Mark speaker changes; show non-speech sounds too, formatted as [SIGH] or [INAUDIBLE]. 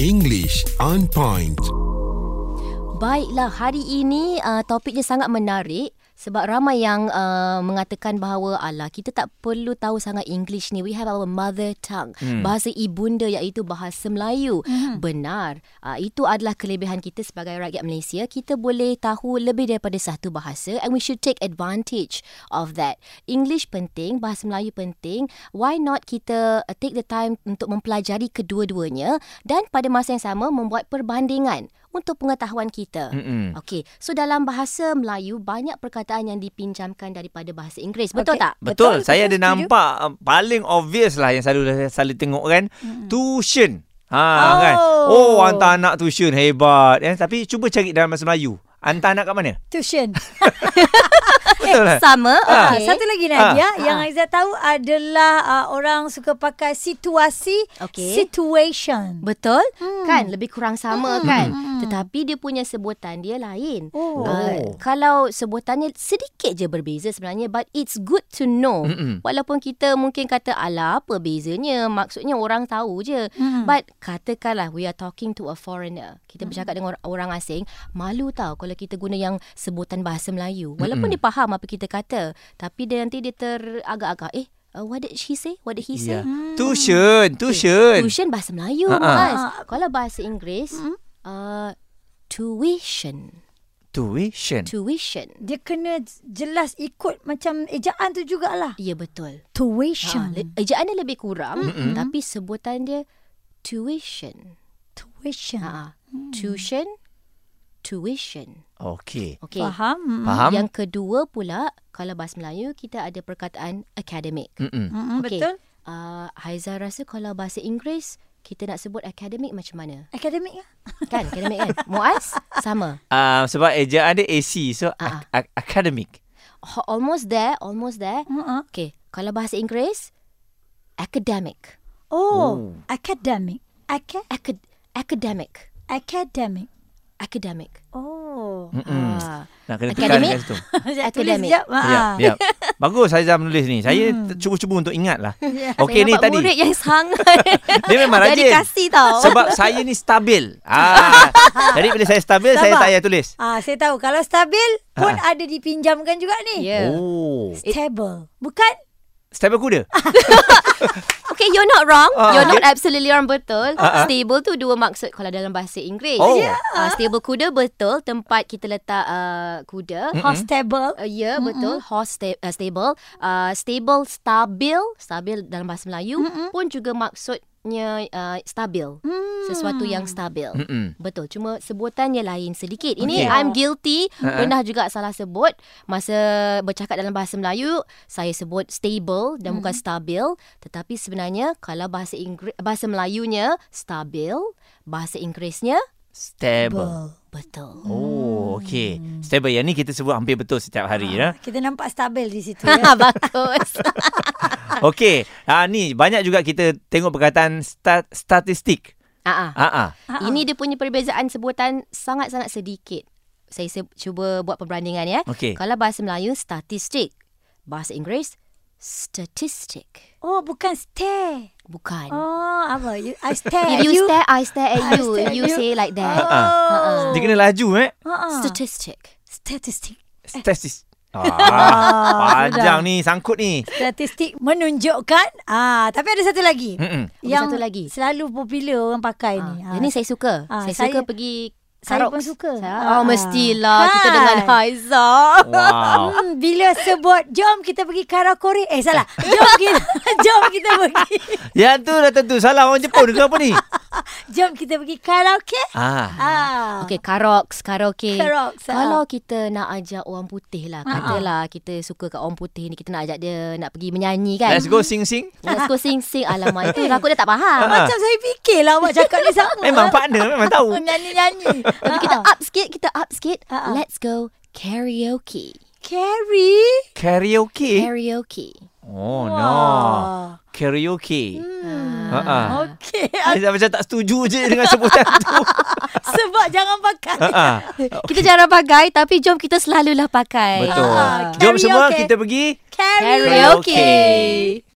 Speaker 1: English on point.
Speaker 2: Baiklah, hari ini uh, topik dia sangat menarik sebab ramai yang uh, mengatakan bahawa ala kita tak perlu tahu sangat English ni. We have our mother tongue. Hmm. Bahasa ibunda iaitu bahasa Melayu. Hmm. Benar. Uh, itu adalah kelebihan kita sebagai rakyat Malaysia. Kita boleh tahu lebih daripada satu bahasa and we should take advantage of that. English penting, bahasa Melayu penting. Why not kita uh, take the time untuk mempelajari kedua-duanya dan pada masa yang sama membuat perbandingan untuk pengetahuan kita. Mm-mm. Okey, so dalam bahasa Melayu banyak perkataan yang dipinjamkan daripada bahasa Inggeris. Betul
Speaker 3: Okey.
Speaker 2: tak?
Speaker 3: Betul,
Speaker 4: Betul,
Speaker 3: saya
Speaker 4: betul,
Speaker 3: ada
Speaker 4: setuju.
Speaker 3: nampak uh, paling obvious lah yang selalu saya selalu tengok kan, tuition. Ha oh. kan. Oh, hantar anak tuition hebat eh tapi cuba cari dalam bahasa Melayu. Hantar anak kat
Speaker 2: [LAUGHS]
Speaker 3: mana?
Speaker 4: Tuition.
Speaker 3: Betul lah.
Speaker 2: Sama.
Speaker 4: [LAUGHS] Ah,
Speaker 2: Okey.
Speaker 4: Satu lagi Nadia yang Aizah tahu adalah ah, orang suka pakai situasi,
Speaker 2: Okey.
Speaker 4: situation.
Speaker 2: Betul? Hmm. Kan lebih kurang sama hmm. kan. Tetapi dia punya sebutan dia lain.
Speaker 4: Oh.
Speaker 2: Uh, kalau sebutannya sedikit je berbeza sebenarnya but it's good to know. Hmm. Walaupun kita mungkin kata ala apa bezanya maksudnya orang tahu je. Hmm. But katakanlah we are talking to a foreigner. Kita bercakap dengan or- orang asing, malu tau kalau kita guna yang sebutan bahasa Melayu. Walaupun hmm. dia faham apa kita kata, tapi dia nanti dia teragak-agak eh Uh, what did she say? What did he say?
Speaker 3: Ya. Tuition,
Speaker 2: Hmm.
Speaker 3: tuition.
Speaker 2: Tuition bahasa Melayu
Speaker 3: Ha,
Speaker 2: uh
Speaker 3: ha.
Speaker 2: Mas. Kalau bahasa Inggeris uh, tuition.
Speaker 3: Tuition.
Speaker 2: Tuition.
Speaker 4: Dia kena jelas ikut macam ejaan tu jugalah.
Speaker 2: Ya betul. Ha,
Speaker 4: Tuition.
Speaker 2: le- ejaan dia lebih kurang mm-hmm. tapi sebutan dia tuition.
Speaker 4: Tuition.
Speaker 2: Ha. Mm. Tuition. Tuition.
Speaker 3: Okey.
Speaker 2: Okey.
Speaker 4: Faham? Hmm,
Speaker 3: Faham?
Speaker 2: Hmm, Yang kedua pula kalau bahasa Melayu kita ada perkataan academic.
Speaker 3: Mm-mm.
Speaker 4: Mm-mm,
Speaker 2: Okey.
Speaker 4: hmm, Betul?
Speaker 2: Uh, Haizah rasa kalau bahasa Inggeris kita nak sebut academic macam mana?
Speaker 4: Akademik lah.
Speaker 2: Kan? Academic kan? [LAUGHS] Muaz? Sama.
Speaker 3: Uh, sebab ejaan dia AC so
Speaker 2: Ah.
Speaker 3: uh ac- academic.
Speaker 2: Ho- almost there, almost there.
Speaker 4: Uh-uh.
Speaker 2: Okay, kalau bahasa Inggeris, academic,
Speaker 4: Oh, akademik. Aka-
Speaker 2: Acad- academic,
Speaker 4: akademik.
Speaker 2: academic.
Speaker 4: Oh.
Speaker 3: Mm-mm.
Speaker 2: Ah,
Speaker 3: Nak kena tekan
Speaker 2: Academic?
Speaker 3: kat situ.
Speaker 4: [LAUGHS] Saya tulis
Speaker 2: Akademik.
Speaker 4: sekejap. Ha.
Speaker 3: Ya,
Speaker 2: [LAUGHS]
Speaker 3: ya. Bagus Aizah menulis ni. Saya t- cuba-cuba untuk ingat
Speaker 2: [LAUGHS]
Speaker 3: lah. Okey
Speaker 2: Hmm. Ya, saya
Speaker 3: ni
Speaker 2: nampak
Speaker 3: tadi.
Speaker 2: murid yang sangat.
Speaker 3: [LAUGHS] Dia
Speaker 2: [LAUGHS]
Speaker 3: memang rajin.
Speaker 2: Dedikasi tau.
Speaker 3: [LAUGHS] Sebab saya ni stabil. [LAUGHS] Ah. Jadi bila saya stabil saya
Speaker 4: Sabar.
Speaker 3: tak payah tulis.
Speaker 4: Ah, saya tahu kalau stabil pun
Speaker 3: Ah.
Speaker 4: ada dipinjamkan juga ni.
Speaker 2: Yeah.
Speaker 3: Oh.
Speaker 4: Stable. Bukan?
Speaker 3: Stabil kuda.
Speaker 2: Okay, you're not wrong.
Speaker 3: Ah,
Speaker 2: you're not
Speaker 3: okay. Ah,
Speaker 2: absolutely wrong, betul. Stable tu dua maksud kalau dalam bahasa Inggeris.
Speaker 3: Oh. Yeah.
Speaker 2: Ah, stable kuda, betul. Tempat kita letak uh, kuda.
Speaker 3: Hmm.
Speaker 4: Hostable.
Speaker 2: Uh, ya yeah, betul horse sta- uh, stable uh, stable stabil stabil dalam bahasa Melayu Mm-mm. pun juga maksudnya uh, stabil mm. sesuatu yang stabil
Speaker 3: Mm-mm.
Speaker 2: betul cuma sebutannya lain sedikit ini
Speaker 3: Okey. Ha,
Speaker 2: I'm guilty pernah juga salah sebut masa bercakap dalam bahasa Melayu saya sebut stable
Speaker 3: Hmm.
Speaker 2: dan bukan stabil tetapi sebenarnya kalau bahasa Inggeris bahasa Melayunya stabil bahasa Inggerisnya
Speaker 3: Stable.
Speaker 2: betul
Speaker 3: Oh, okey. Stable yang ni kita sebut hampir betul setiap hari ya.
Speaker 4: Kita nampak stabil di
Speaker 3: [LAUGHS]
Speaker 4: situ. ya.
Speaker 2: Ha, [LAUGHS] bagus
Speaker 3: Okey. Ah ni banyak juga kita tengok perkataan stat- statistik.
Speaker 2: ah ah
Speaker 3: Ah ah.
Speaker 4: Ha-ha.
Speaker 2: Ini dia punya perbezaan sebutan sangat-sangat sedikit. Saya se- cuba buat perbandingan ya.
Speaker 3: Okey.
Speaker 2: Kalau bahasa Melayu statistik, bahasa Inggeris statistic.
Speaker 4: Oh, bukan stare.
Speaker 2: Bukan.
Speaker 4: Oh, apa? You, I stare.
Speaker 2: If
Speaker 4: at
Speaker 2: you stare, I stare at
Speaker 4: I
Speaker 2: you.
Speaker 4: stare
Speaker 2: If
Speaker 4: at
Speaker 2: you
Speaker 4: you.
Speaker 2: say like that.
Speaker 4: Oh.
Speaker 3: Dia kena laju eh.
Speaker 4: Ha-ha.
Speaker 2: Statistic.
Speaker 4: Statistik.
Speaker 3: Statistik. [LAUGHS] Ah, panjang ni sangkut ni.
Speaker 4: Statistik menunjukkan. Ah, tapi ada satu lagi.
Speaker 3: Mm-mm.
Speaker 2: Ada
Speaker 4: Yang
Speaker 2: satu lagi.
Speaker 4: selalu popular orang pakai ni.
Speaker 2: Ah, Ini saya suka.
Speaker 4: Ah,
Speaker 2: Saya
Speaker 4: saya-
Speaker 2: suka pergi
Speaker 4: Saya
Speaker 2: karaoke.
Speaker 4: pun suka.
Speaker 2: Saya- Oh,
Speaker 4: Ah.
Speaker 2: mestilah. Kita
Speaker 4: Kan?
Speaker 2: dengan Haizah.
Speaker 3: Wow.
Speaker 4: Hmm, bila sebut jom kita pergi karaoke eh
Speaker 3: [LAUGHS]
Speaker 4: salah jom kita [LAUGHS] jom kita pergi
Speaker 3: Yang tu dah tentu salah orang Jepun ke apa [LAUGHS] ni?
Speaker 4: jom kita pergi karaoke
Speaker 3: Ah.
Speaker 4: ah
Speaker 2: [LAUGHS] Okay, karoks, karaoke.
Speaker 4: Karaoke, ah.
Speaker 2: Kalau kita nak ajak orang putih lah, katalah kita suka kat orang putih ni, kita nak ajak dia nak pergi menyanyi kan.
Speaker 3: Let's go sing-sing.
Speaker 2: Let's go sing-sing. Alamak, itu takut dia tak faham.
Speaker 4: macam saya fikirlah awak cakap
Speaker 3: [LAUGHS]
Speaker 4: ni sama
Speaker 3: Memang partner memang tahu. [LAUGHS]
Speaker 4: nyanyi-nyanyi
Speaker 2: Tapi kita up sikit, kita up sikit.
Speaker 4: Ah, ah.
Speaker 2: Let's go karaoke.
Speaker 4: Carry
Speaker 3: Karaoke.
Speaker 2: Karaoke.
Speaker 3: Oh no.
Speaker 4: Wah.
Speaker 3: Karaoke.
Speaker 4: Hmm.
Speaker 3: Ha ah.
Speaker 2: Ah.
Speaker 4: Okey [LAUGHS]
Speaker 3: Aizah macam tak setuju je [LAUGHS] dengan sebutan tu.
Speaker 4: Sebab jangan pakai
Speaker 3: Ha [LAUGHS]
Speaker 4: [LAUGHS]
Speaker 3: ah.
Speaker 2: Kita jarang pakai, tapi jom kita selalulah pakai.
Speaker 3: Betul.
Speaker 4: Ah,
Speaker 3: Jom semua
Speaker 4: karaoke.
Speaker 3: kita pergi
Speaker 4: Carry
Speaker 2: Karaoke.